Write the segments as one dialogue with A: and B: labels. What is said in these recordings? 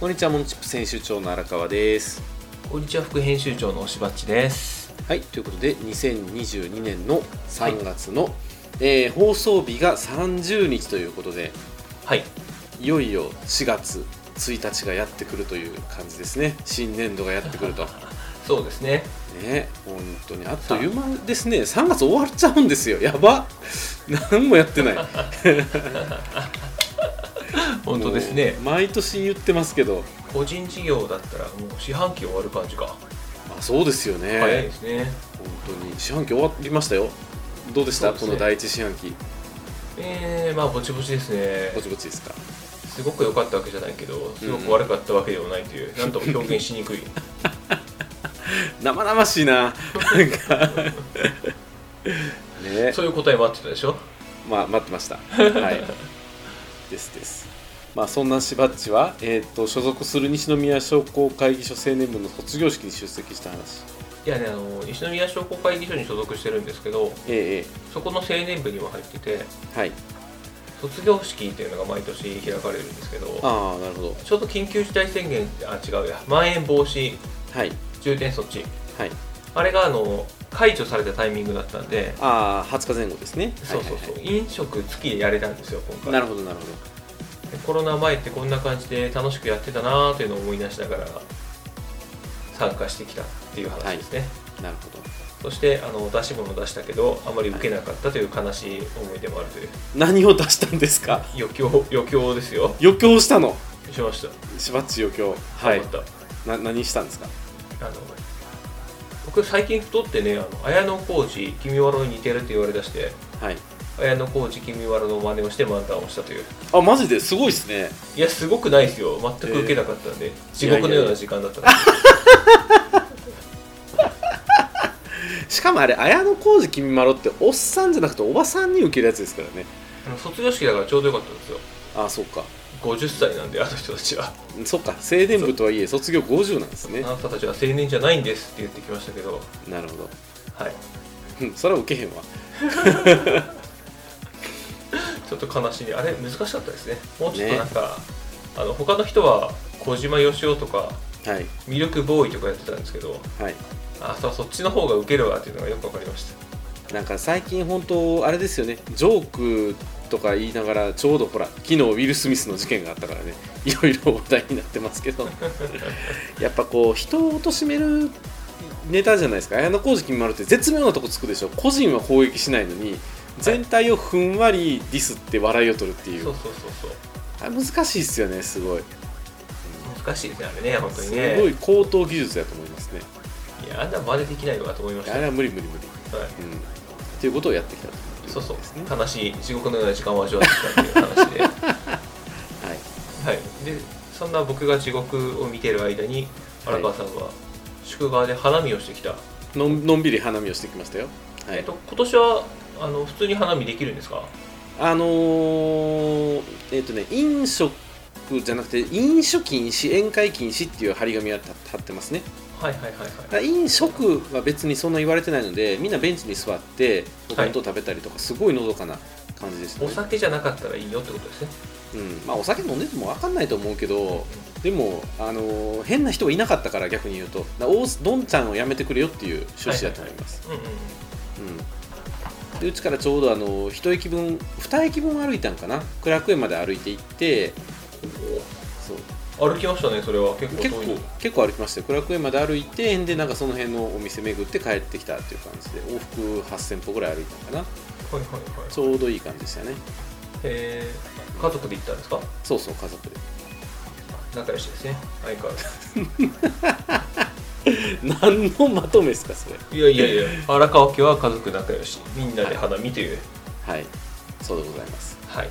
A: こんにちはモンチップ編集長の荒川です
B: こんにちは副編集長のしばっちです。
A: はいということで2022年の3月の、えー放送日が30日ということで
B: はい。
A: いよいよ4月1日がやってくるという感じですね新年度がやってくる と
B: そうですね。
A: ね本当にあっという間ですね3月終わっちゃうんですよやば何もやってない
B: 本当ですね
A: も。う毎年言ってますけど
B: 個人事業だったらもう四半期終わる感じか。
A: あそうですよね、
B: 早いですね。
A: 本当に四半期終わりましたよどうでした
B: そうですね
A: この第一四半期
B: えー、まあぼちぼちですね
A: ぼ。ちぼちですか
B: すごく良かったわけじゃないけど、すごく悪かったわけでもないという、なんとも表現しにく い。
A: 生々しいななんかね
B: そういう答え待ってたでしょ。
A: まあ待ってましたはいですですまあそんなしばっちは、えー、と所属する西宮商工会議所青年部の卒業式に出席した話
B: いやね、あの西宮商工会議所に所属してるんですけど、
A: えええ
B: そこの青年部にも入ってて、
A: えはい
B: 卒業式っていうのが毎年開かれるんですけど、
A: ああなるほど
B: ちょうど緊急事態宣言、あ、違うや、まん延防止
A: はい
B: 重点措置。
A: はい
B: あれがあの解除されたタイミングだったんで、
A: ああ20日前後ですね
B: そうそうそう、
A: はいはい
B: 飲食付きでやれたんですよ、今
A: はい
B: 回。
A: なるほどなるほ
B: コロナ前ってこんな感じで楽しくやってたなーというのを思い出しながら参加してきたっていう話ですね。
A: どなるほど
B: そしてあの出し物出したけど、あまり受けなかったという悲しい思い出もあるという、
A: 何を出したんですか
B: 余興余興ですよ、
A: 余興したの
B: しました。
A: しばっち余興はい
B: 頑張
A: な
B: っ
A: 何したんですか
B: たあの僕、最近太ってね、あの綾野浩二、君わろに似てるって言われだして、
A: はい
B: 綾野浩二、君わろの真似をして漫談をしたという。
A: あマジですごいですね
B: いや、すごくないですよ。全く受けなかったんで、地獄のような時間だったんで
A: しかもあれ綾小路君まろっておっさんじゃなくておばさんに受けるやつですからね
B: あの卒業式だからちょうどよかったんですよ。
A: あそうか
B: 50歳なんで、あの人たちは。
A: そっか青年部とはいえ卒業50なんです
B: あ
A: ね
B: なたたちは青年じゃないんですって言ってきましたけど、
A: なるほど
B: はい。
A: うんそれは受けへんわ
B: ちょっと悲しいね。あれ、難しかったですね。もうちょっと
A: ね
B: なんか、あの他の人は小島よしおとか、
A: はい
B: ミルクボーイとかやってたんですけど、
A: はい
B: あ、そうそっちの方が受けるわっていうのがよくわかりました。
A: なんか最近本当あれですよねジョークとか言いながらちょうどほら昨日ウィル・スミスの事件があったからね いろいろ話題になってますけど やっぱこう人を貶めるネタじゃないですか綾小路きみまるって絶妙なとこつくでしょ個人は攻撃しないのに全体をふんわりディスって笑いを取るってい
B: そううそうそう
A: あ難しいですよねすごい
B: そう。難しいですね、あれね、本当に
A: す
B: ね。
A: ごい高等技術だと思いますね
B: いや、あんな真似できないわと思いまし
A: あ
B: た。はい
A: れは無理無理無理うんっていうことをやってきたとい
B: そうそう
A: ことですね、
B: 悲しい地獄のような時間を味わってきたっていう話で、は
A: はい
B: い、でそんな僕が地獄を見てる間に
A: はい
B: 荒川さんは宿川で花見をしてきた、
A: のんのんびり花見をしてきましたよ、は
B: え
A: い
B: っと、今年はあの普通に花見できるんですか
A: あのーえっ、とね飲食じゃなくて飲酒禁止宴会禁止っていう張り紙が貼ってますね
B: はいはいはい
A: だか
B: は
A: ら飲食は別にそんな言われてないのでみんなベンチに座ってお弁当食べたりとかすごいのどかな感じでした
B: いお
A: ね、
B: 酒じゃなかったらいいよってことですね
A: うんまあ、お酒飲んでても分かんないと思うけどでも、あのー変な人はいなかったから逆に言うとだからおどんちゃんをやめてくれよっていう趣旨だと思います、
B: うんうん
A: うん、でうちからちょうどあの1駅分2駅分歩いたんかな苦楽園まで歩いて行ってそう
B: 歩きましたねそれは結構遠い
A: 結構結構歩きましたよ苦楽園まで歩いてでなんかその辺のお店巡って帰ってきたっていう感じで往復8000歩ぐらい歩いたんかな
B: はいはいはい
A: ちょうどいい感じでしたね
B: えー家族で行ったんですか
A: そうそう家族で
B: 仲良しですね相変わらず
A: 何のまとめですかそれ
B: いやいやいや 荒川家は家族仲良しみんなで花見という
A: はいそうでございます
B: はい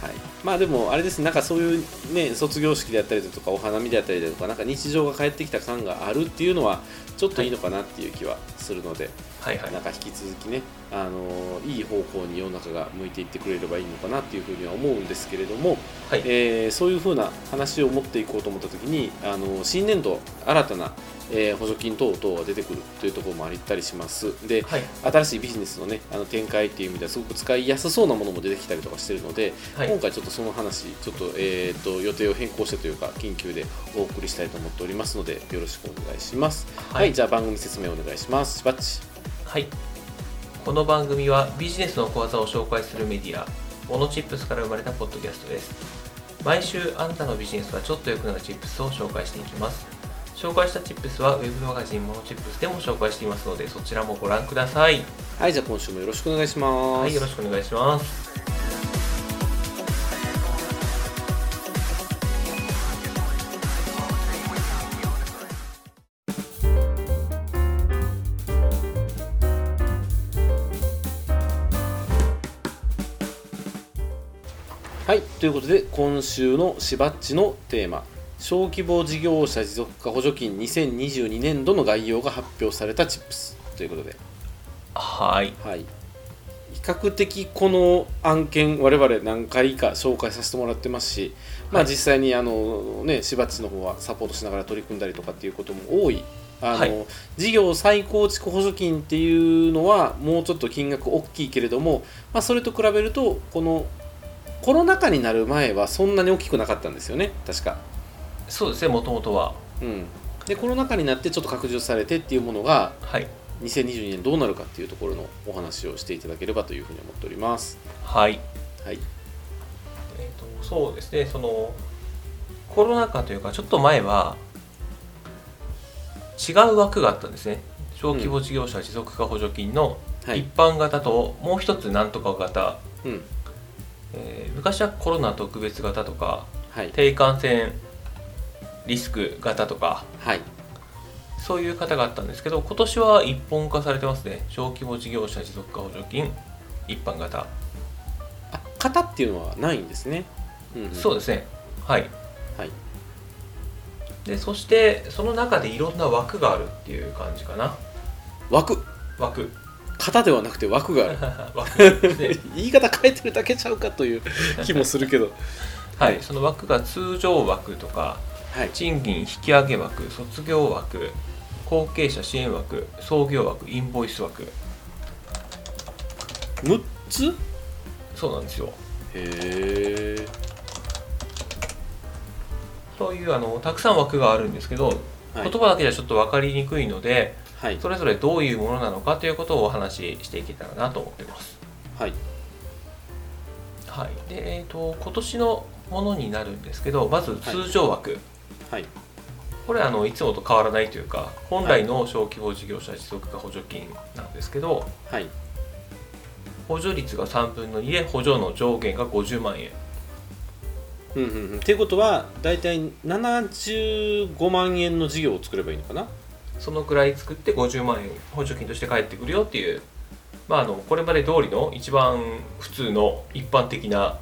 A: はい、まあでもあれですねなんかそういうね卒業式であったりだとかお花見であったりだとかなんか日常が帰ってきた感があるっていうのはちょっといいのかなっていう気はするので、
B: はいはい
A: なんか引き続きね、あのいい方向に世の中が向いていってくれればいいのかなっていうふうには思うんですけれども、
B: はい
A: えーそういうふうな話を持っていこうと思った時に、あの新年度新たな、えー補助金等々が出てくるというところもありったりしますで
B: はい
A: 新しいビジネスのねあの展開っていう意味ではすごく使いやすそうなものも出てきたりとかしてるので、
B: はい
A: 今回ちょっとその話ちょっと,、えー、と予定を変更してというか緊急でお送りしたいと思っておりますのでよろしくお願いしますはい、
B: はい
A: じゃあ番組説明お願いしますしばっち
B: はいこの番組はビジネスの小技を紹介するメディアモノチップスから生まれたポッドキャストです毎週あんたのビジネスがちょっと良くなるチップスを紹介していきます紹介したチップスはウェブマガジンモノチップスでも紹介していますのでそちらもご覧ください
A: はいじゃあ今週もよろしくお願いします
B: はいよろしくお願いします
A: はいということで今週のしばっちのテーマ小規模事業者持続化補助金2022年度の概要が発表されたチップスということで
B: はい
A: はい、比較的この案件我々何回か紹介させてもらってますし、まあ、
B: はい
A: 実際にあの、ね、しばっちの方はサポートしながら取り組んだりとかっていうことも多い。あの
B: はい
A: 事業再構築補助金っていうのはもうちょっと金額大きいけれども、まあ、それと比べるとこのコロナ禍になる前はそんなに大きくなかったんですよね確か。
B: そうですねもともとは
A: うん、でコロナ禍になってちょっと拡充されてっていうものが
B: はい
A: 2022年どうなるかっていうところのお話をしていただければというふうに思っております。
B: はい
A: はい、
B: えー、とそうですねそのコロナ禍というかちょっと前は違う枠があったんですね小規模事業者持続化補助金の
A: はい
B: 一、般型ともう一つなんとか型、
A: うん、
B: えー昔はコロナ特別型とか
A: はい、
B: 低感染リスク型とか
A: はい、
B: そういう方があったんですけど今年は一本化されてますね小規模事業者持続化補助金一般型、
A: あ、型っていうのはないんですね。うんうん、
B: そうですねはい
A: はい、
B: でそしてその中でいろんな枠があるっていう感じかな
A: 枠、
B: 枠
A: 型ではなくて枠がある。
B: 枠ですね
A: 言い方変えてるだけちゃうかと いう 気もするけど。
B: はいその枠が通常枠とか
A: はい、
B: 賃金引き上げ枠卒業枠後継者支援枠創業枠インボイス枠
A: 六つ。
B: そうなんですよ
A: へえ、
B: そういうあのたくさん枠があるんですけど、
A: はい
B: 言葉だけじゃちょっと分かりにくいので
A: はい、
B: それぞれどういうものなのかということをお話ししていけたらなと思ってます
A: はい、
B: はいでえー、と今年のものになるんですけどまず通常枠、
A: はい、
B: これあのいつもと変わらないというか本来の小規模事業者持続化補助金なんですけど
A: はい、
B: 補助率が3分の2で補助の上限が50万円
A: うん、うん、うん、っていうことは、だいたい七十五万円の事業を作ればいいのかな。
B: そのくらい作って50万円補助金として返ってくるよっていう、まあ、あのこれまで通りの一番普通の一般的な、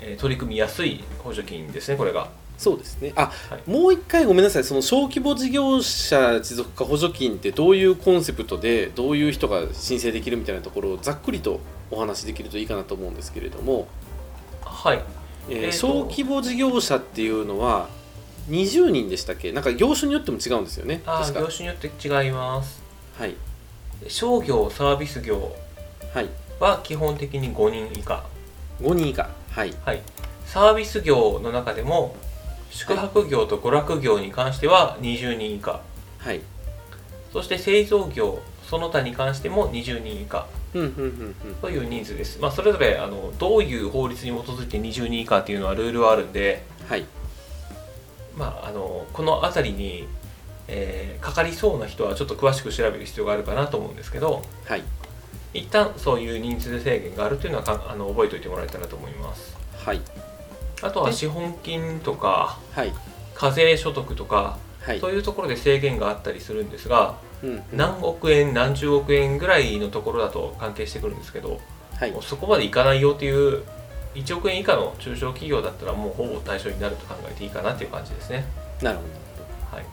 B: えー取り組みやすい補助金ですねこれが
A: そうですね。あ、
B: はい
A: もう一回ごめんなさい。その小規模事業者持続化補助金ってどういうコンセプトでどういう人が申請できるみたいなところをざっくりとお話しできるといいかなと思うんですけれども、
B: はい
A: えー
B: えーと
A: 小規模事業者っていうのは20人でしたっけ？なんか業種によっても違うんですよね。
B: あ
A: 確
B: ー
A: か
B: 業。種によって違います
A: はい
B: 商業サービス業
A: はい。
B: は基本的に5人以下
A: 5人以下。はい
B: はい、サービス業の中でも宿泊業と娯楽業に関しては20人以下、
A: はい。
B: そして製造業その他に関しても20人以下
A: うんうんうんうん。
B: という人数です、まあ、それぞれあのどういう法律に基づいて20人以下っていうのはルールはあるんで、
A: はい
B: まあ、あのこの辺りに、えーかかりそうな人はちょっと詳しく調べる必要があるかなと思うんですけど
A: はい
B: 一旦そういう人数制限があるというのはかあの覚えておいてもらえたらと思います
A: はい
B: あとは
A: で
B: 資本金とか
A: はい
B: 課税所得とか
A: はい。
B: そういうところで制限があったりするんですが
A: うんうん
B: 何億円何十億円ぐらいのところだと関係してくるんですけど
A: はい
B: もうそこまでいかないよっていう1億円以下の中小企業だったらもうほぼ対象になると考えていいかなっていう感じですね。
A: なるほど。
B: はい、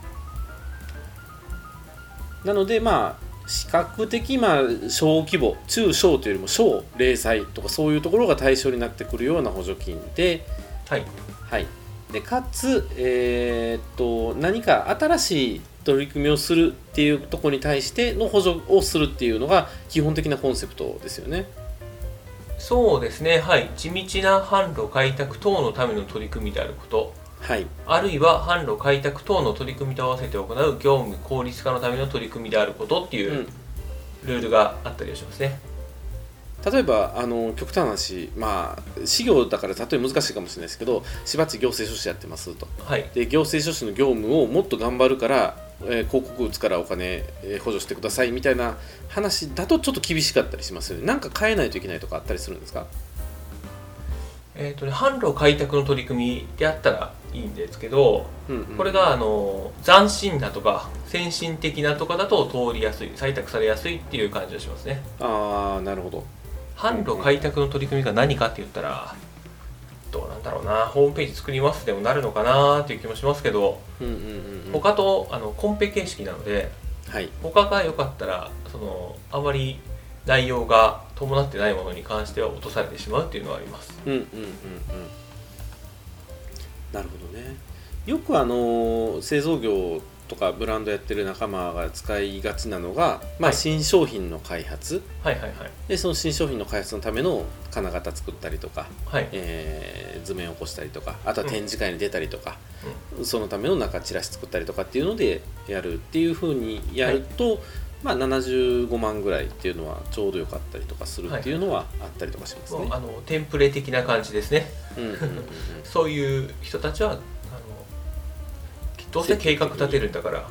A: なのでまあ比較的まあ小規模中小というよりも小零細とかそういうところが対象になってくるような補助金で、
B: はい
A: はい、でかつ、えーっと何か新しい取り組みをするっていうところに対しての補助をするっていうのが基本的なコンセプトですよね。
B: そうですねはい地道な販路開拓等のための取り組みであること
A: はい、
B: あるいは販路開拓等の取り組みと合わせて行う業務効率化のための取り組みであることっていううんルールがあったりはしますね、
A: 例えばあの極端な話まあ私業だから例え難しいかもしれないですけどしばっち行政書士やってますと
B: はい
A: で行政書士の業務をもっと頑張るから、えー広告打つからお金、えー補助してくださいみたいな話だとちょっと厳しかったりしますよねなんか変えないといけないとかあったりするんですか
B: えっ、とね販路開拓の取り組みであったらいいんですけど
A: うんうん
B: これがあの斬新だとか先進的なとかだと通りやすい採択されやすいっていう感じがしますね
A: ああなるほど
B: 販路開拓の取り組みが何かって言ったらどうなんだろうなホームページ作りますでもなるのかなっていう気もしますけど
A: うんうんうんうん
B: 他とあのコンペ形式なので
A: はい
B: 他が良かったらそのあまり内容が伴ってないものに関しては落とされてしまうっていうのはあります
A: うんうんうんうんなるほどねよくあの製造業とかブランドやってる仲間が使いがちなのが、ま
B: は
A: あ、
B: い
A: 新商品の開発、
B: はいはいはい
A: でその新商品の開発のための金型作ったりとか、
B: はい
A: えー図面を起こしたりとかあとは展示会に出たりとか、そのための中チラシ作ったりとかっていうのでやるっていうふうにやると、まあ、75万ぐらいっていうのはちょうどよかったりとかするっていうのはあったりとかします
B: もう
A: ね。
B: あのテンプレ的な感じですね
A: うんうんうんうん
B: そういう人たちはあのどうせ計画立てるんだから、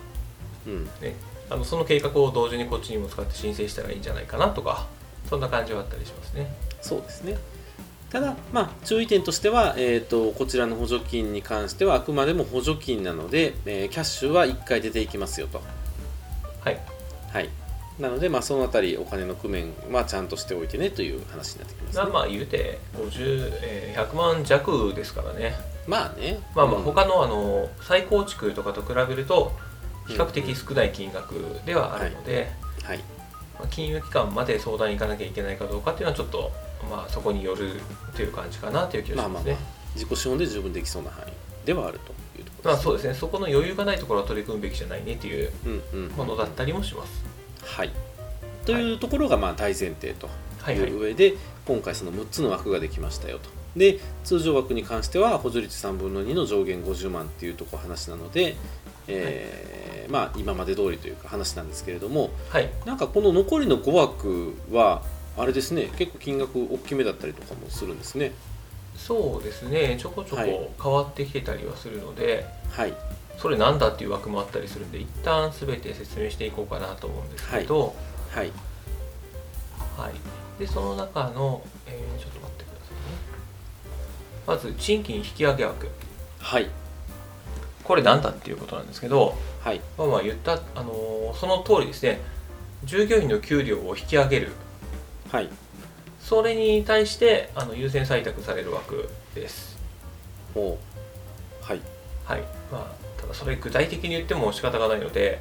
A: うん
B: ね、あのその計画を同時にこっちにも使って申請したらいいんじゃないかなとかそんな感じはあったりしますね。
A: そうですねただ、まあ、注意点としては、えー、とこちらの補助金に関してはあくまでも補助金なので、えーキャッシュは1回出ていきますよと。
B: はい
A: はい、なので、まあ、そのあたりお金の工面はちゃんとしておいてねという話になってきます、
B: まあ
A: ね、
B: まあ言うて50、えー100万弱ですからね
A: まあね
B: まあまあ
A: うん
B: 他のあの再構築とかと比べると比較的少ない金額ではあるので、
A: はい
B: まあ、金融機関まで相談に行かなきゃいけないかどうかっていうのはちょっと、まあ、そこによるという感じかなという気が
A: まあ
B: し
A: ま
B: ま
A: あ
B: す
A: まあ
B: ね。
A: 自己資本で十分できそうな範囲ではあるというところ
B: まあ
A: です、
B: そうですねそこの余裕がないところは取り組むべきじゃないねっていう
A: うんうん
B: ものだったりもします。
A: はいというところがまあ大前提と
B: はい
A: い
B: はい、
A: う上で今回その6つの枠ができましたよとで通常枠に関しては補助率3分の2の上限50万っていうところ話なので、えーまあ今まで通りというか話なんですけれども、
B: はい
A: なんかこの残りの5枠はあれですね結構金額大きめだったりとかもするんですね
B: そうですねちょこちょ
A: はい
B: こ変わってきてたりはするので、
A: はい
B: それなんだっていう枠もあったりするんで一旦全て説明していこうかなと思うんですけど、
A: はい
B: はいでその中の、えーちょっと待ってくださいねまず賃金引き上げ枠
A: はい
B: これなんだっていうことなんですけど
A: はい
B: まあまあ言った、あのーその通りですね従業員の給料を引き上げる
A: はい
B: それに対してあの優先採択される枠です
A: もうはい
B: はいまあ、ただそれ具体的に言っても仕方がないので、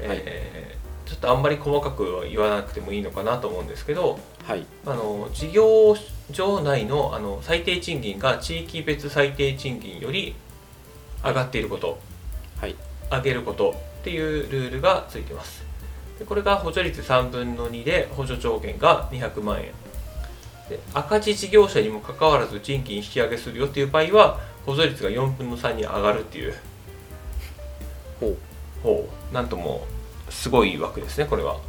B: えーちょっとあんまり細かくは言わなくてもいいのかなと思うんですけど
A: はい
B: あの事業場内のあの最低賃金が地域別最低賃金より上がっていること
A: はい
B: 上げることっていうルールがついてますでこれが補助率3分の2で補助上限が200万円で赤字事業者にもかかわらず賃金引き上げするよっていう場合は補助率が4分の3に上がるっていう
A: もう
B: ほうなんともすごい枠ですねこれは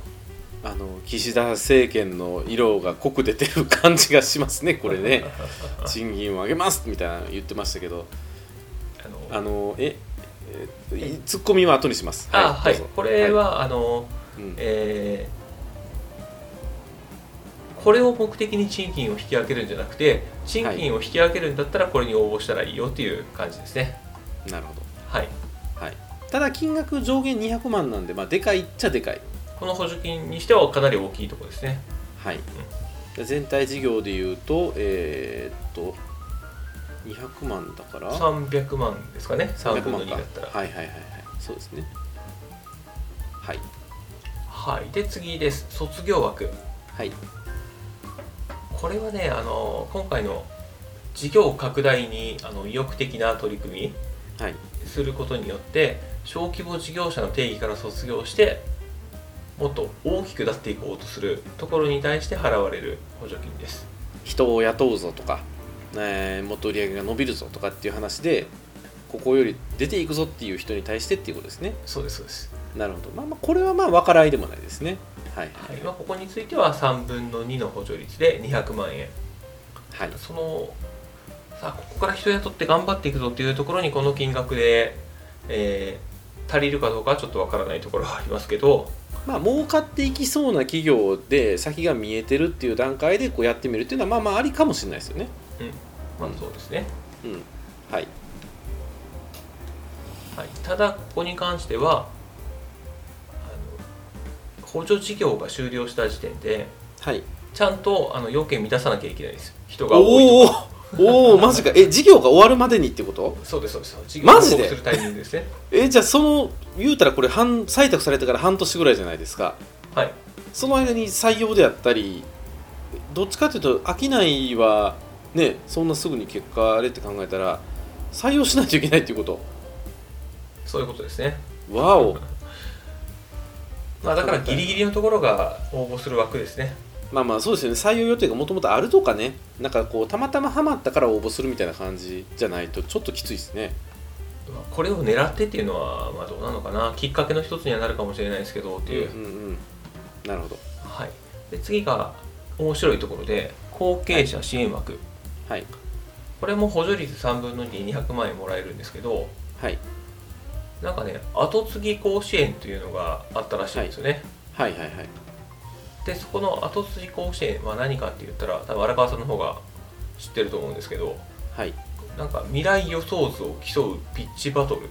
A: あの岸田政権の色が濃く出てる感じがしますねこれね賃金を上げますみたいなの言ってましたけど
B: あの
A: あのええいツッコミは後にします
B: あはい
A: どうぞ
B: これは、あの
A: いうん
B: えーこれを目的に賃金を引き上げるんじゃなくて賃金を引き上げるんだったらこれに応募したらいいよっていう感じですね
A: なるほど
B: はい
A: はいただ金額上限200万なんでまあでかいっちゃでかい
B: この補助金にしてはかなり大きいところですね
A: はい、全体事業でいうとえーっと200万だから
B: 300万ですかね3分の
A: 300
B: 2だったら
A: はいはいはいはいそうですねはい
B: はいで次です卒業枠
A: はい
B: これはねあの今回の事業拡大にあの意欲的な取り組
A: はい
B: みすることによって小規模事業者の定義から卒業してもっと大きく出していこうとするところに対して払われる補助金です
A: 人を雇うぞとか、えーもっと売り上げが伸びるぞとかっていう話でここより出ていくぞっていう人に対してっていうことですね
B: そうですそうです、
A: なるほどまあまあこれはまあ分からいでもないですねはい
B: はいまあ、ここについては3分の2の補助率で200万円
A: はい
B: そのさあここから人雇って頑張っていくぞっていうところにこの金額で、えー足りるかどうかはちょっとわからないところはありますけど
A: まあ儲かっていきそうな企業で先が見えてるっていう段階でこうやってみるっていうのはまあまあありかもしれないですよね
B: まあそうですね、
A: うんはい
B: はい、ただここに関してはあの補助事業が終了した時点で
A: はい
B: ちゃんとあの要件満たさなきゃいけないです人が多いと
A: おおーおおマジかえ事業が終わるまでにってこと
B: そうですそうです事業
A: マ
B: を
A: ジで
B: するタイミングですね
A: えじゃあその言うたらこれ半採択されてから半年ぐらいじゃないですか
B: はい
A: その間に採用であったりどっちかというと商いはねそんなすぐに結果あれって考えたら採用しないといけないっていうこ
B: そういうことですね
A: とわお
B: まあだからギリギリのところが応募する枠ですね
A: まあまあそうですよね採用予定がもともとあるとかねなんかこうたまたまハマったから応募するみたいな感じじゃないとちょっときついですね
B: まあこれを狙ってっていうのはまあどうなのかなきっかけの一つにはなるかもしれないですけどっていう、
A: うんうんなるほど
B: はい、で次が面白いところで後継者支援枠、
A: はい
B: これも補助率3分の2200万円もらえるんですけど
A: はい
B: なんかね後継ぎ甲子園というのがあったらしいんですよね、
A: はいはいはい
B: でそこの後継ぎ甲子園は何かって言ったら多分荒川さんの方が知ってると思うんですけど
A: はい
B: なんか未来予想図を競うピッチバトルっ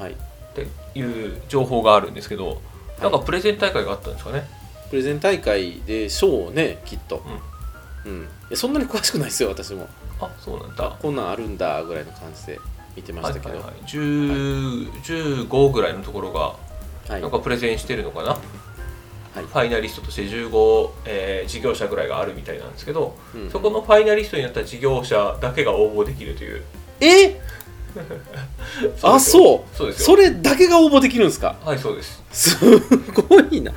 A: はい
B: ていう情報があるんですけどなんかプレゼン大会があったんですかね、
A: プレゼン大会で賞をねきっと
B: うん
A: うんいやそんなに詳しくないですよ私も
B: あそうなんだ
A: こんなんあるんだぐらいの感じで見てま
B: は
A: し
B: い
A: たけ
B: はい
A: ど
B: はい、10 15ぐらいのところが
A: はい
B: なんかプレゼンしてるのかな、
A: はい
B: ファイナリストとして15、えー事業者ぐらいがあるみたいなんですけど、
A: うん
B: そこのファイナリストになった事業者だけが応募できるという
A: えあそう
B: そうです
A: そ
B: よ
A: れだけが応募できるんですか
B: はいそうです
A: すごいな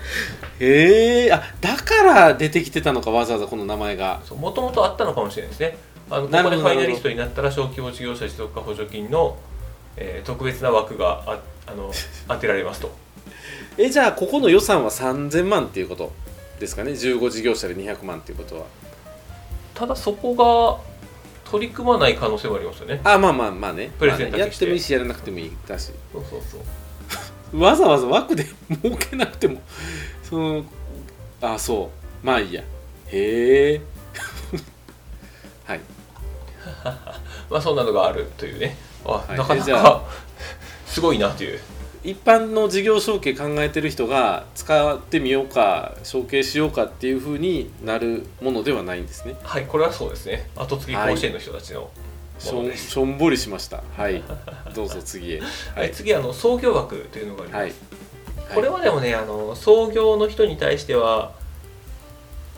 A: へえあだから出てきてたのかわざわざこの名前が
B: もともとあったのかもしれないですねあのこ
A: なるほ
B: こで
A: ど
B: ファイナリストになったら小規模事業者持続化補助金の、えー特別な枠があ あの当てられますと
A: えじゃあここの予算は3000万っていうことですかね15事業者で200万っていうことは
B: ただそこが取り組まない可能性もありますよね
A: あまあまあまあね
B: プレゼン
A: まあ
B: だ
A: ね
B: け
A: やっ
B: して
A: てもいいしやらなくてもいいだし
B: そうそうそう
A: わざわざ枠で儲けなくてもそのあそうまあいいやへえ はい
B: まあそんなのがあるというねあ、
A: はい
B: なか
A: え
B: な
A: じゃあ
B: かすごいなという
A: 一般の事業承継考えてる人が使ってみようか承継しようかっていうふうになるものではないんですね
B: はいこれはそうですね後継ぎ甲子園の人たちの
A: し
B: も
A: ょ
B: の
A: ん
B: です、
A: しょんぼりしましたはいどうぞ次 へ
B: は
A: はいい
B: 次あの創業枠というのがあります、
A: はい
B: これはでもねあの創業の人に対しては、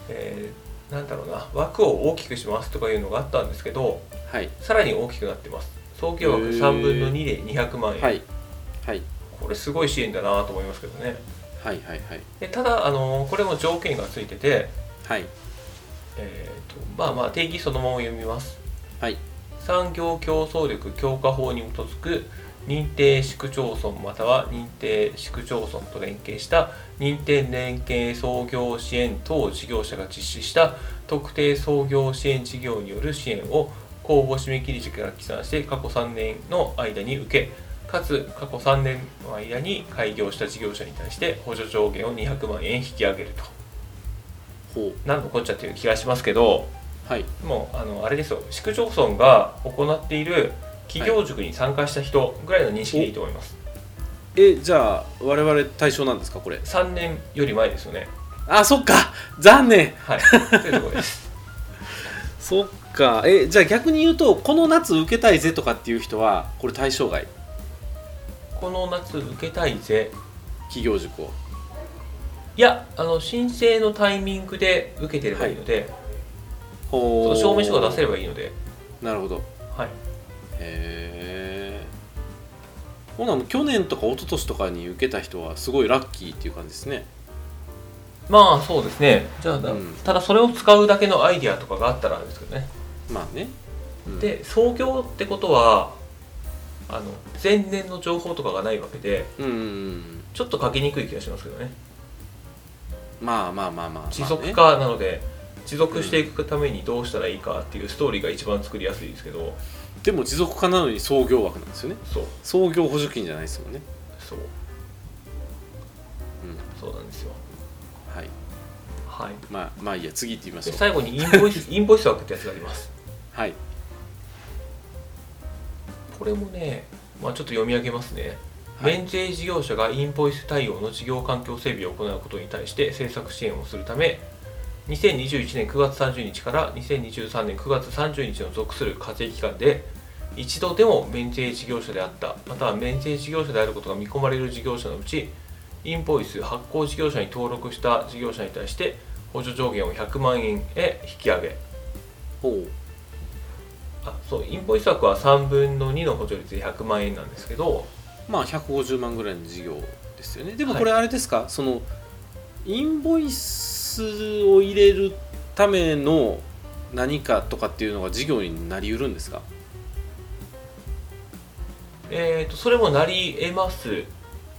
B: えーなんだろうな枠を大きくしますとかいうのがあったんですけど
A: はい
B: さらに大きくなってます創業枠
A: へー
B: 3分の2で200万円、
A: はいはい
B: これすごい支援だなと思いますけどね
A: はいはいはい
B: でただあのこれも条件がついてて、
A: はい
B: えーとまあまあ定義そのまま読みます
A: はい
B: 産業競争力強化法に基づく認定市区町村または認定市区町村と連携した認定連携創業支援等事業者が実施した特定創業支援事業による支援を公募締め切り時から起算して過去3年の間に受けかつ過去3年の間に開業した事業者に対して補助上限を200万円引き上げると
A: ほう
B: なんのこっちゃっていう気がしますけど
A: はい
B: もうあのあれですよ市区町村が行っている企業塾に参加した人ぐらいの認識でいいと思います、
A: えじゃあ我々対象なんですかこれ
B: 3年より前ですよね
A: あそっか残念
B: はい というところです
A: そっかえじゃあ逆に言うとこの夏受けたいぜとかっていう人はこれ対象外
B: この夏受けたいぜ
A: 企業塾を
B: いやあの申請のタイミングで受けてればいいので、そ
A: ほ
B: の
A: う
B: 証明書が出せればいいので、
A: なるほどへ
B: はい、
A: えほなもう去年とか一昨年とかに受けた人はすごいラッキーっていう感じですね
B: まあそうですねじゃあ、だ
A: うん
B: ただそれを使うだけのアイディアとかがあったらですけどね、
A: まあね、うん、
B: で創業ってことはあの前年の情報とかがないわけで
A: うんうんうん
B: ちょっと書きにくい気がしますけどね
A: まあまあまあまあまあね
B: 持続化なので持続していくためにどうしたらいいかっていうストーリーが一番作りやすいですけど
A: でも持続化なのに創業枠なんですよね
B: そう
A: 創業補助金じゃないですもんね
B: そう
A: うん
B: そうなんですよ
A: はい
B: はい
A: まあまあいいや次行ってみまし
B: で
A: ょう
B: 最後にインボイスインボイス枠ってやつがあります
A: はい
B: これもね、まあ、ちょっと読み上げますね、
A: はい
B: 免税事業者がインボイス対応の事業環境整備を行うことに対して政策支援をするため2021年9月30日から2023年9月30日の属する課税期間で一度でも免税事業者であったまたは免税事業者であることが見込まれる事業者のうちインボイス発行事業者に登録した事業者に対して補助上限を100万円へ引き上げ
A: ほ
B: あそうインボイス枠は3分の2の補助率で100万円なんですけど
A: うまあ150万ぐらいの事業ですよねでも
B: はい
A: これあれですか、そのインボイスを入れるための何かとかっていうのが事業になりうるんですか
B: えー、とそれもなり得ます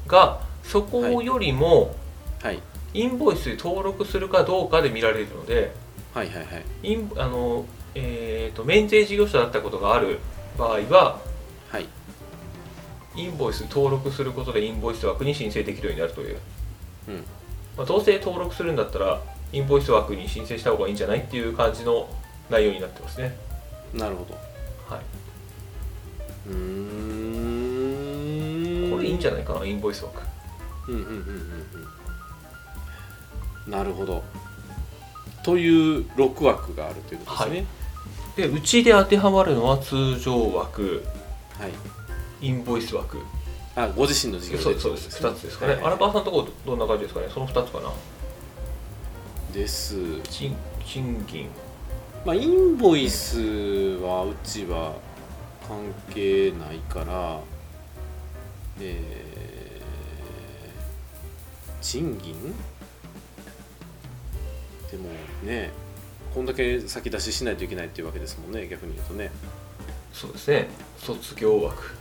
B: がそこよりも
A: はい
B: インボイスで登録するかどうかで見られるので
A: はいはいはい
B: インあの、えー、と免税事業者だったことがある場合は
A: はい
B: インボイス登録することでインボイス枠に申請できるようになるという、
A: うん
B: まあ、どうせ登録するんだったらインボイス枠に申請した方がいいんじゃないっていう感じの内容になってますね、
A: なるほど
B: は
A: うーん
B: い、これいいんじゃないかなインボイス枠
A: うんうんうんうんうんなるほどという6枠があるということですね
B: でうちで当てはまるのは通常枠
A: はい、
B: インボイス枠
A: あご自身の事業
B: そうそうです。二つですかね。
A: はい
B: 荒川さんのとこどんな感じですかね。その二つかな。
A: です、
B: 賃賃金。
A: まあ、インボイスはうちは関係ないからえー賃金でもねこんだけ先出ししないといけないっていうわけですもんね逆に言うとね
B: そうですね。卒業枠。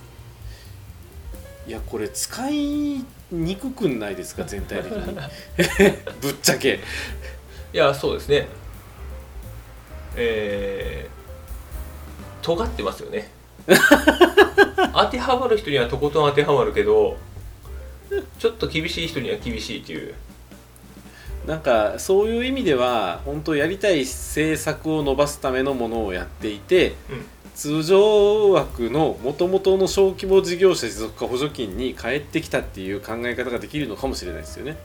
A: いやこれ使いにくくないですか全体的に ぶっちゃけ
B: いやそうですね。えー、尖ってますよね。 当てはまる人にはとことん当てはまるけど、ちょっと厳しい人には厳しいっていう。
A: なんかそういう意味では本当やりたい政策を伸ばすためのものをやっていて
B: うん。
A: 通常枠の元々の小規模事業者持続化補助金に返ってきたっていう考え方ができるのかもしれないですよね。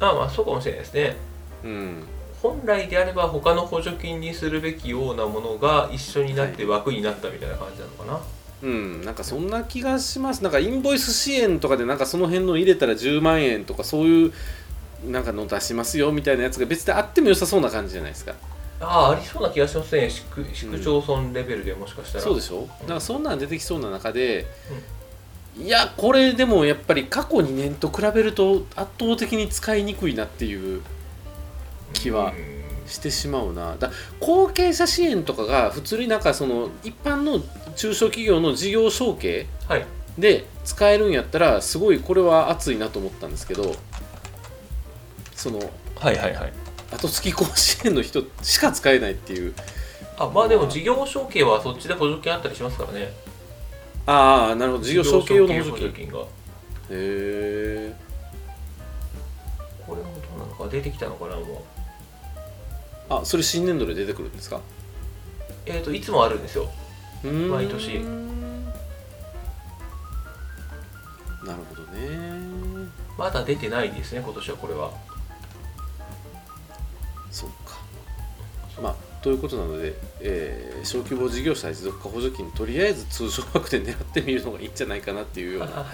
B: まあまあそうかもしれないですね。
A: うん、
B: 本来であれば他の補助金にするべきようなものが一緒になって枠になったみたいな感じなのかな。
A: うん、なんかそんな気がします。なんかインボイス支援とかでなんかその辺の入れたら10万円とかそういうなんかの出しますよみたいなやつが別であっても良さそうな感じじゃないですか。
B: ああありそうな気がしますね市区市区町村レベルでもしかしたら、
A: そうでしょだからそんなん出てきそうな中で、いやこれでもやっぱり過去2年と比べると圧倒的に使いにくいなっていう気は
B: うん
A: してしまうなだ後継者支援とかが普通になんかその一般の中小企業の事業承継
B: はい
A: で使えるんやったらすごいこれは熱いなと思ったんですけどその
B: はいはいはい
A: 後付き甲子園の人しか使えないっていう
B: あまあでも事業承継はそっちで補助金あったりしますからね
A: ああなるほど事業承継用の補
B: 事業
A: 助金へ
B: 承継補助金が
A: え
B: これもどうなのか出てきたのかなもう
A: あそれ新年度で出てくるんですか
B: えっ、といつもあるんですよ
A: うーん
B: 毎年
A: なるほどね
B: まだ出てないですね今年はこれは
A: そっかまあということなので、えー小規模事業 者持続化補助金とりあえず通常枠で狙ってみるのがいいんじゃないかなっていうような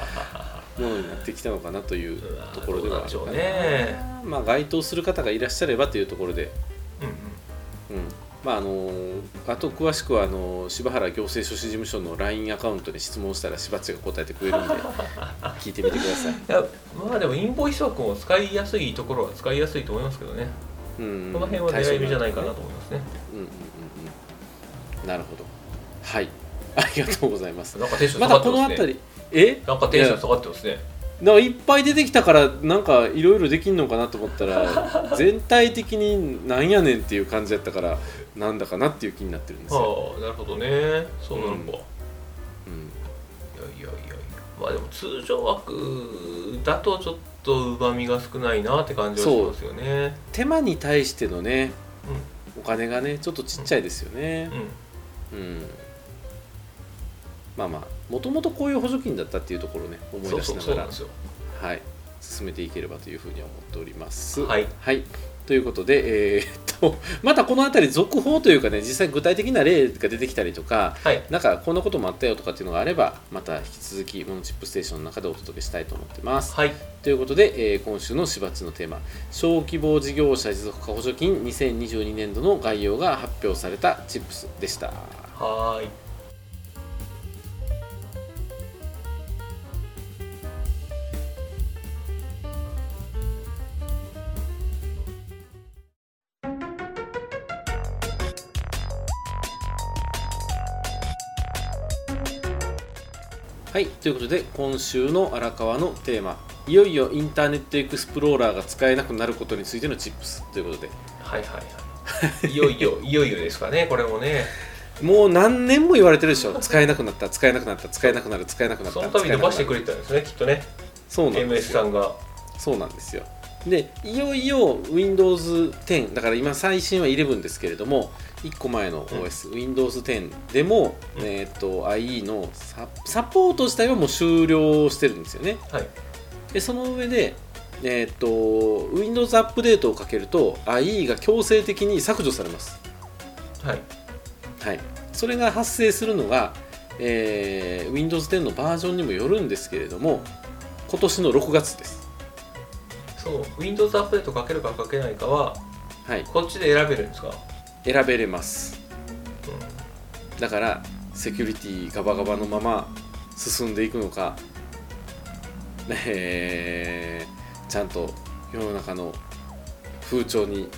A: ものになってきたのかなという
B: うわー
A: ところで
B: ど
A: はあ
B: うなんで
A: る
B: しょ
A: か
B: う
A: な
B: ね
A: まあ該当する方がいらっしゃればというところで、
B: うんうん
A: うん、まああのあと詳しくはあの柴原行政書士事務所の LINE アカウントに質問したらしばっちが答えてくれ るんで聞いてみてください。
B: いやまあでもインボイス枠も使いやすいところは使いやすいと思いますけどね、
A: うん
B: この辺は狙い目じゃないかな
A: 対
B: と思いますね
A: 象になるねうんうんうんうんなるほど。はい。 ありがとうございます。
B: なんかテンション
A: ま
B: 下が
A: だ
B: って
A: このあ
B: ますね、
A: たり、え
B: なんかテンション下がってますね
A: なんかいっぱい出てきたからなんかいろいろできんのかなと思ったら 全体的になんやねんっていう感じやったからなんだかなっていう気になってるんですよ。
B: はあなるほどねそうなのか、
A: うんうん
B: いやいやいやいやまあでも通常枠だとちょっとうまみが少ないなって感じはしますよね
A: 手間に対してのね
B: う
A: お金がねちょっとちっちゃいですよね
B: んう
A: う
B: ん
A: んまあまあもともとこういう補助金だったっていうところをね思い
B: そう
A: 出し
B: そう
A: な
B: そ
A: が
B: うな
A: ら
B: んですよ
A: はい進めていければというふうには思っております
B: はい
A: ということでえーっとまたこの辺り続報というかね実際具体的な例が出てきたりとか
B: はい
A: なんかこんなこともあったよとかっていうのがあればまた引き続きモノチップステーションの中でお届けしたいと思ってます
B: はい
A: ということで、えー今週のしばっちのテーマ小規模事業者持続化補助金2022年度の概要が発表されたチップスでした
B: はーい
A: はいということで今週の荒川のテーマいよいよインターネットエクスプローラーが使えなくなることについてのチップスということで
B: はいは いはいいよいよいよいよですかねこれもね
A: もう何年も言われてるでしょ使えなくなった使えなくなった使えなくなる使えなくなった
B: その度伸ばしてくれてたんですねきっとね
A: 使えなくなるそうなんで
B: MS
A: す
B: さ
A: よ
B: んが
A: そうなんですよでいよいよ Windows10 だから今最新は11ですけれども1個前の OS、Windows10 でも、
B: うん
A: えー、と IE のササポート自体はもう終了してるんですよね
B: はい
A: でその上で、えー、と Windows アップデートをかけると IE が強制的に削除されます、
B: はい
A: はい、それが発生するのが、えー Windows10 のバージョンにもよるんですけれども今年の6月です、
B: その Windows アップデートかけるかかけないかは
A: はい、
B: こっちで選べるんですか、
A: 選べれます
B: う
A: だからセキュリティガバガバのまま進んでいくのか、えーちゃんと世の中の風潮に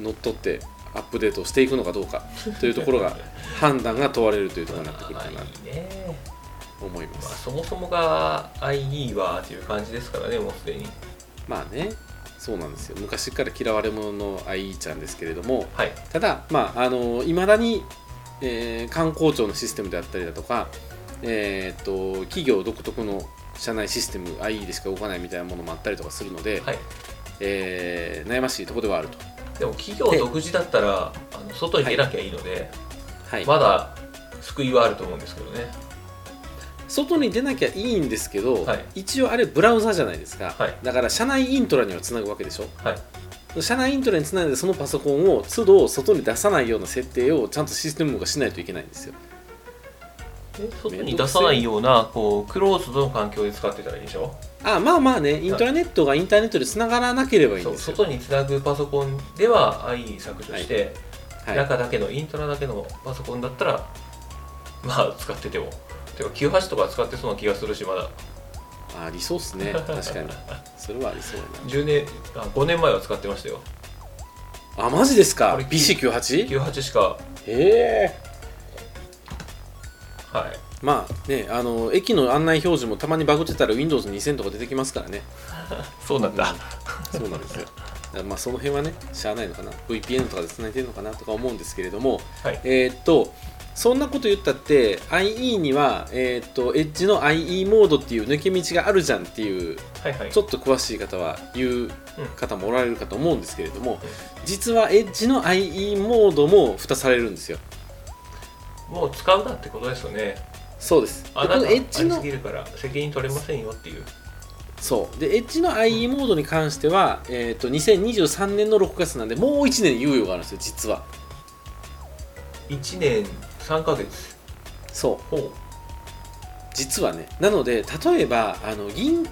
A: のっとってアップデートをしていくのかどうかというところが判断が問われるというところになってくる
B: ま
A: か
B: あい
A: ない
B: ね、
A: と思いま
B: まあ、
A: す。
B: そもそもが IE はっていう感じですからねもうすでに
A: まあねそうなんですよ昔から嫌われ者の IE ちゃんですけれども
B: はい
A: ただまああのいまだに、えー観光庁のシステムであったりだとか、えー、と企業独特の社内システム IE でしか動かないみたいなものもあったりとかするので、
B: はい
A: えー悩ましいところではあると、
B: でも企業独自だったらあの外に出なきゃいいので、
A: はい
B: まだ救いはあると思うんですけどね
A: 外に出なきゃいいんですけど、
B: はい
A: 一応あれブラウザじゃないですか、
B: はい
A: だから社内イントラにはつなぐわけでしょ
B: はい
A: 社内イントラにつないでそのパソコンを都度外に出さないような設定をちゃんとシステムがしないといけないんですよ
B: で外に出さないようなこうクローズドの環境で使ってたらいいでしょ
A: あまあまあねイントラネットがインターネットでつながらなければいいん
B: そう
A: ですよ
B: 外につなぐパソコンでは IE 削除して、
A: はい
B: 中だけのイントラだけのパソコンだったらまあ使っててもてか98とか使ってそうな気がするしまだ
A: あー理想っすね確かにそれはありそうや
B: 10年あ5年前は使ってましたよ
A: なあマジですか
B: これ
A: PC98 へ
B: 98しか
A: え
B: はい
A: まあねあの駅の案内表示もたまにバグってたら Windows2000 とか出てきますからね
B: そうなんだ、
A: そうなんですよだからまあその辺はねしゃあないのかな VPN とかでつないでるのかなとか思うんですけれども
B: はい
A: えーっとそんなこと言ったって IE には、えーっと Edge の IE モードっていう抜け道があるじゃんっていう
B: はいはい
A: ちょっと詳しい方は言う方もおられるかと思うんですけれども実は Edge の IE モードも蓋されるんですよ
B: もう使うなってことですよね
A: そうです。でこ
B: 穴
A: の
B: があ
A: エ
B: り
A: ッジ
B: す
A: の
B: ぎるから責任取れませんよっていう
A: そうでエッジの IE モードに関しては、えっ、と2023年の6月なんでもう1年猶予があるんですよ実は。
B: 1年3ヶ月
A: そ
B: ほう
A: う実はねなので例えばあの銀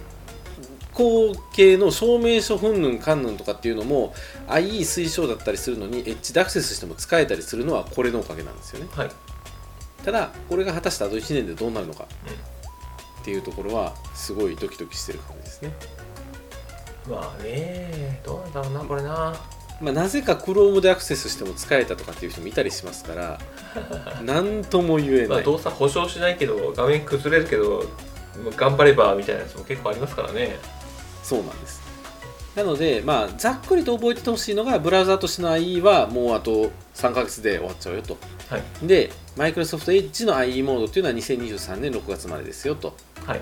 A: 行系の証明書ふんぬんかんぬんとかっていうのも IE 推奨だったりするのにエッジでアクセスしても使えたりするのはこれのおかげなんですよね
B: はい
A: ただこれが果たしてあと1年でどうなるのか
B: うん
A: っていうところはすごいドキドキしてる感じですね、
B: まあねどうなんだろうなこれな
A: まあ、なぜか Chrome でアクセスしても使えたとかっていう人もいたりします からなんとも言え
B: ま
A: な
B: あ
A: い、
B: 動作保証しないけど画面崩れるけど頑張ればみたいなやつも結構ありますからね
A: そうなんですなので、まあ、ざっくりと覚えててほしいのがブラウザとしての IE はもうあと3ヶ月で終わっちゃうよと
B: はい
A: で Microsoft Edge の IE モードっていうのは2023年6月までですよと
B: はい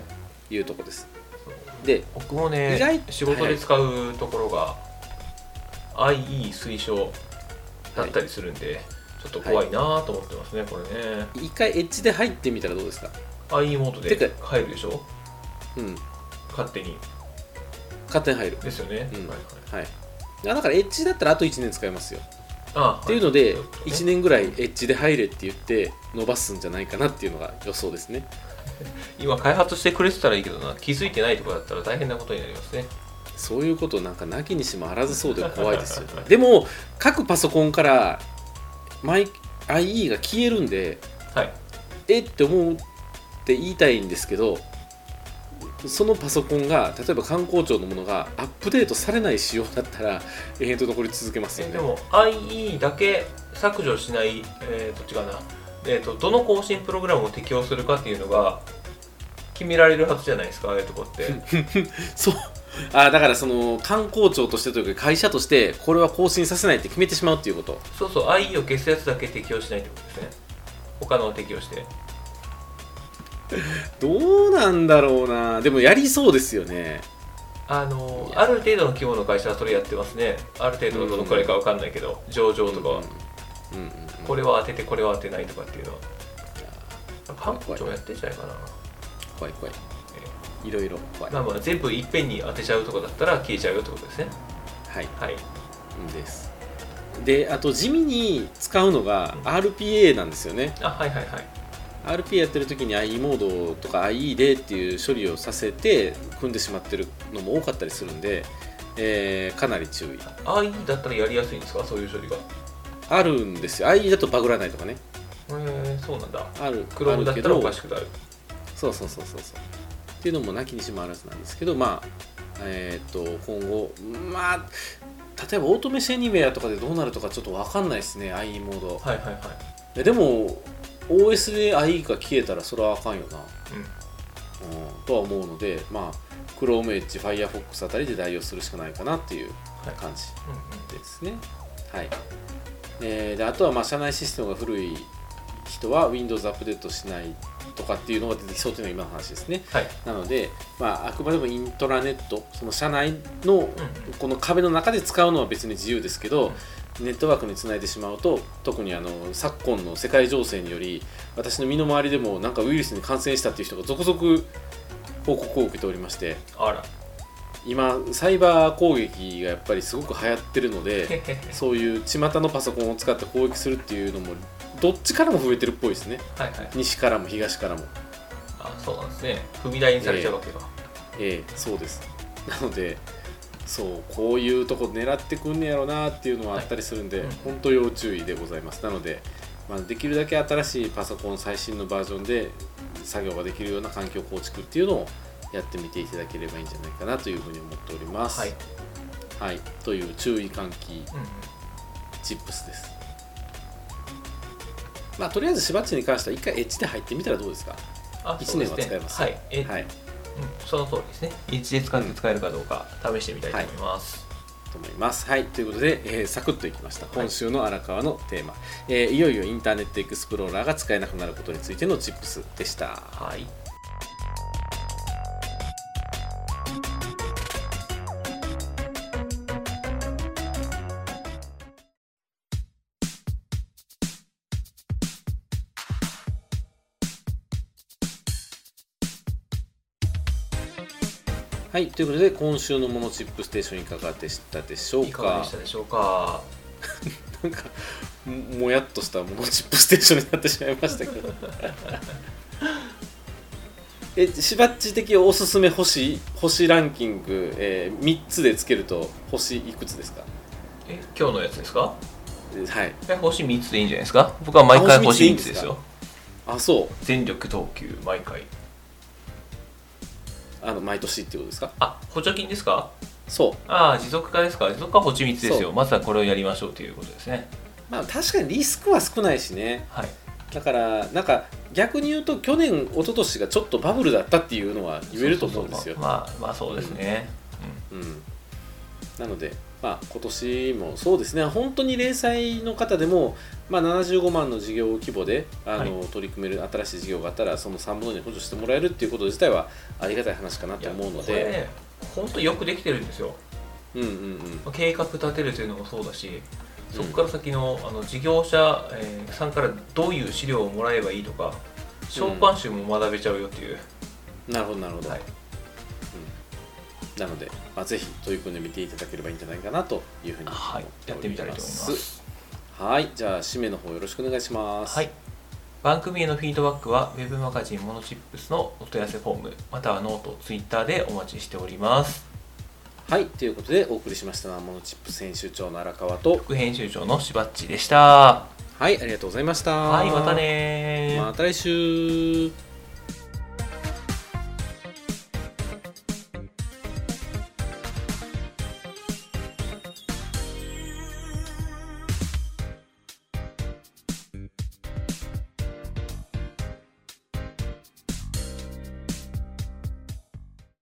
A: いうとこですで
B: 僕も
A: 意外
B: ね
A: と
B: 仕事で使うところが IE 推奨だったりするんで、ちょっと怖いなと思ってますね、これね
A: 一回 Edge で入ってみたらどうですか
B: IE モード
A: て
B: で
A: か
B: 入るでしょ
A: うん
B: 勝手に
A: 勝手に入る
B: ですよね、
A: うん
B: はいはい
A: はいあだから Edge だったらあと1年使えますよ
B: あ
A: っていうので1
B: 一
A: 年ぐらいエッジで入れって言って伸ばすんじゃないかなっていうのが予想ですね
B: 今開発してくれてたらいいけどな気づいてないところだったら大変なことになりますね
A: そういうことなんかなきにしもあらずそうで怖いです よでも各パソコンからマイ IE が消えるんで
B: はい
A: えって思うって言いたいんですけどそのパソコンが例えば観光庁のものがアップデートされない仕様だったら永遠と残り続けます
B: え
A: よね
B: でも IE だけ削除しない、えー、と違うな、えー、とどの更新プログラムを適用するかっていうのが決められるはずじゃないですかああいうとこって
A: そう あだからその観光庁としてというか会社としてこれは更新させないって決めてしまうっていうこと
B: そうそう IE を消すやつだけ適用しないってことですね他のを適用して
A: どうなんだろうなでもやりそうですよね
B: あの
A: い
B: ー
A: や
B: ある程度の規模の会社はそれやってますねある程度どのくらいか分かんないけど、上場とかは、
A: うんうんうん
B: これは当ててこれは当てないとかっていうのは
A: 怖い
B: 官庁やってんじゃないかな
A: 怖い怖いいろいろ怖い
B: まあまあ全部いっぺんに当てちゃうとこだったら消えちゃうよってことですね
A: はい
B: はい
A: ですであと地味に使うのが
B: うん
A: RPA なんですよね
B: あはいはいはい
A: RPA やってる時に IE モードとか IE でっていう処理をさせて組んでしまってるのも多かったりするんで、えーかなり注意
B: IE だったらやりやすいんですかそういう処理がへ
A: あるんですよ IE だとバグらないとかね
B: えそうなんだ
A: ある
B: クローム
A: あ
B: だっ
A: るけ
B: たら
A: ど
B: おかしくなる
A: そうそうそうそうそうっていうのもなきにしもあらずなんですけどまあえーっと今後まあ例えばオートメシェニウェアとかでどうなるとかちょっと分かんないですね IE モード
B: はいはいはい
A: いやでも OS で IE が消えたらそれはあかんよな、
B: うん
A: うん、とは思うのでまあ Chrome Edge、Firefox あたりで代用するしかないかなっていう
B: はい
A: 感じ
B: うんうん
A: ですねはい、えーであとはまあ社内システムが古い人は Windows アップデートしないとかっていうのが出てきそうというのが今の話ですね
B: はい
A: なので、まあ、あくまでもイントラネットその社内の
B: うんうん
A: この壁の中で使うのは別に自由ですけど、ネットワークにつないでしまうと特にあの昨今の世界情勢により私の身の回りでもなんかウイルスに感染したっていう人が続々報告を受けておりまして
B: あら
A: 今サイバー攻撃がやっぱりすごく流行ってるの
B: へへ
A: で
B: へ
A: そういう巷のパソコンを使って攻撃するっていうのもどっちからも増えてるっぽいですね
B: はいはい
A: 西からも東からも。
B: あそうなんですね踏み台にされちゃうわけか
A: ええそうですなのでそうこういうとこ狙ってくんねやろなっていうのはあったりするんで、
B: はいうん
A: 本当要注意でございますなので、まあ、できるだけ新しいパソコン最新のバージョンで作業ができるような環境構築っていうのをやってみていただければいいんじゃないかなというふうに思っております、
B: はい
A: はいという注意喚起
B: うんうん
A: チップスですまあとりあえずしばっちに関しては一回エッジで入ってみたらどうですか
B: あ
A: 一
B: そうですね
A: 年は使えます
B: はいえうん
A: はい
B: その通りですね一で使って使えるかどうか試してみたいと思います
A: と思います。はい、ということで、えーサクッといきました。今週の荒川のテーマ、えーいよいよインターネットエクスプローラーが使えなくなることについてのチップスでした。
B: はい
A: はい、ということで、今週のモノチップステーションいかがでしたでしょう
B: いかがで
A: か
B: し。たでしょうか
A: なんかももやっとしたモノチップステーションになってしまいましたけど。 えしばっち的おすすめ星星ランキング、えー、3つでつけると星いくつですか
B: え今日のやつですか
A: えーはい
B: え星3つでいいんじゃないですか僕は毎回
A: あ星
B: 星3
A: 三つ
B: つですよ
A: あそう
B: 全力投球毎回
A: あの毎年っていうことですか
B: あ補助金ですか
A: そう
B: ああ持続化ですか持続化は星3つです
A: そ
B: よまずはこれをやりましょうということですね
A: まあ確かにリスクは少ないしね
B: はい
A: だからなんか逆に言うと去年一昨年がちょっとバブルだったっていうのは言えると思うんですよ
B: そそそまあまあそうですね、
A: うん、なので、まあ、今年もそうですね、本当に零細の方でも、まあ、75万の事業規模であの、取り組める新しい事業があったら、その3分の2補助してもらえるっていうこと自体はありがたい話かな
B: うん、
A: と思うの
B: いやこれ
A: で、
B: ね本当よくできてるんですよ
A: うんうんうん、
B: 計画立てるというのもそうだしそこから先の,、あの事業者、えーさんからどういう資料をもらえばいいとか召喚集も学べちゃうよっていう、
A: なるほど、なるほど。
B: はい
A: うんなので、まあ、ぜひ取り組んでみていただければいいんじゃないかなというふうに思
B: はい
A: ており
B: やってみたいと思います。
A: はい、じゃあ、締めの方よろしくお願いします。
B: はい、番組へのフィードバックはウェブマガジンモノチップスのお問い合わせフォームまたはノートツイッターでお待ちしております
A: はい、ということで、お送りしましたのは、モノチップ編集長の荒川と、
B: 副編集長のしばっちでした
A: はい、ありがとうございました。
B: はいまたねー
A: また来週。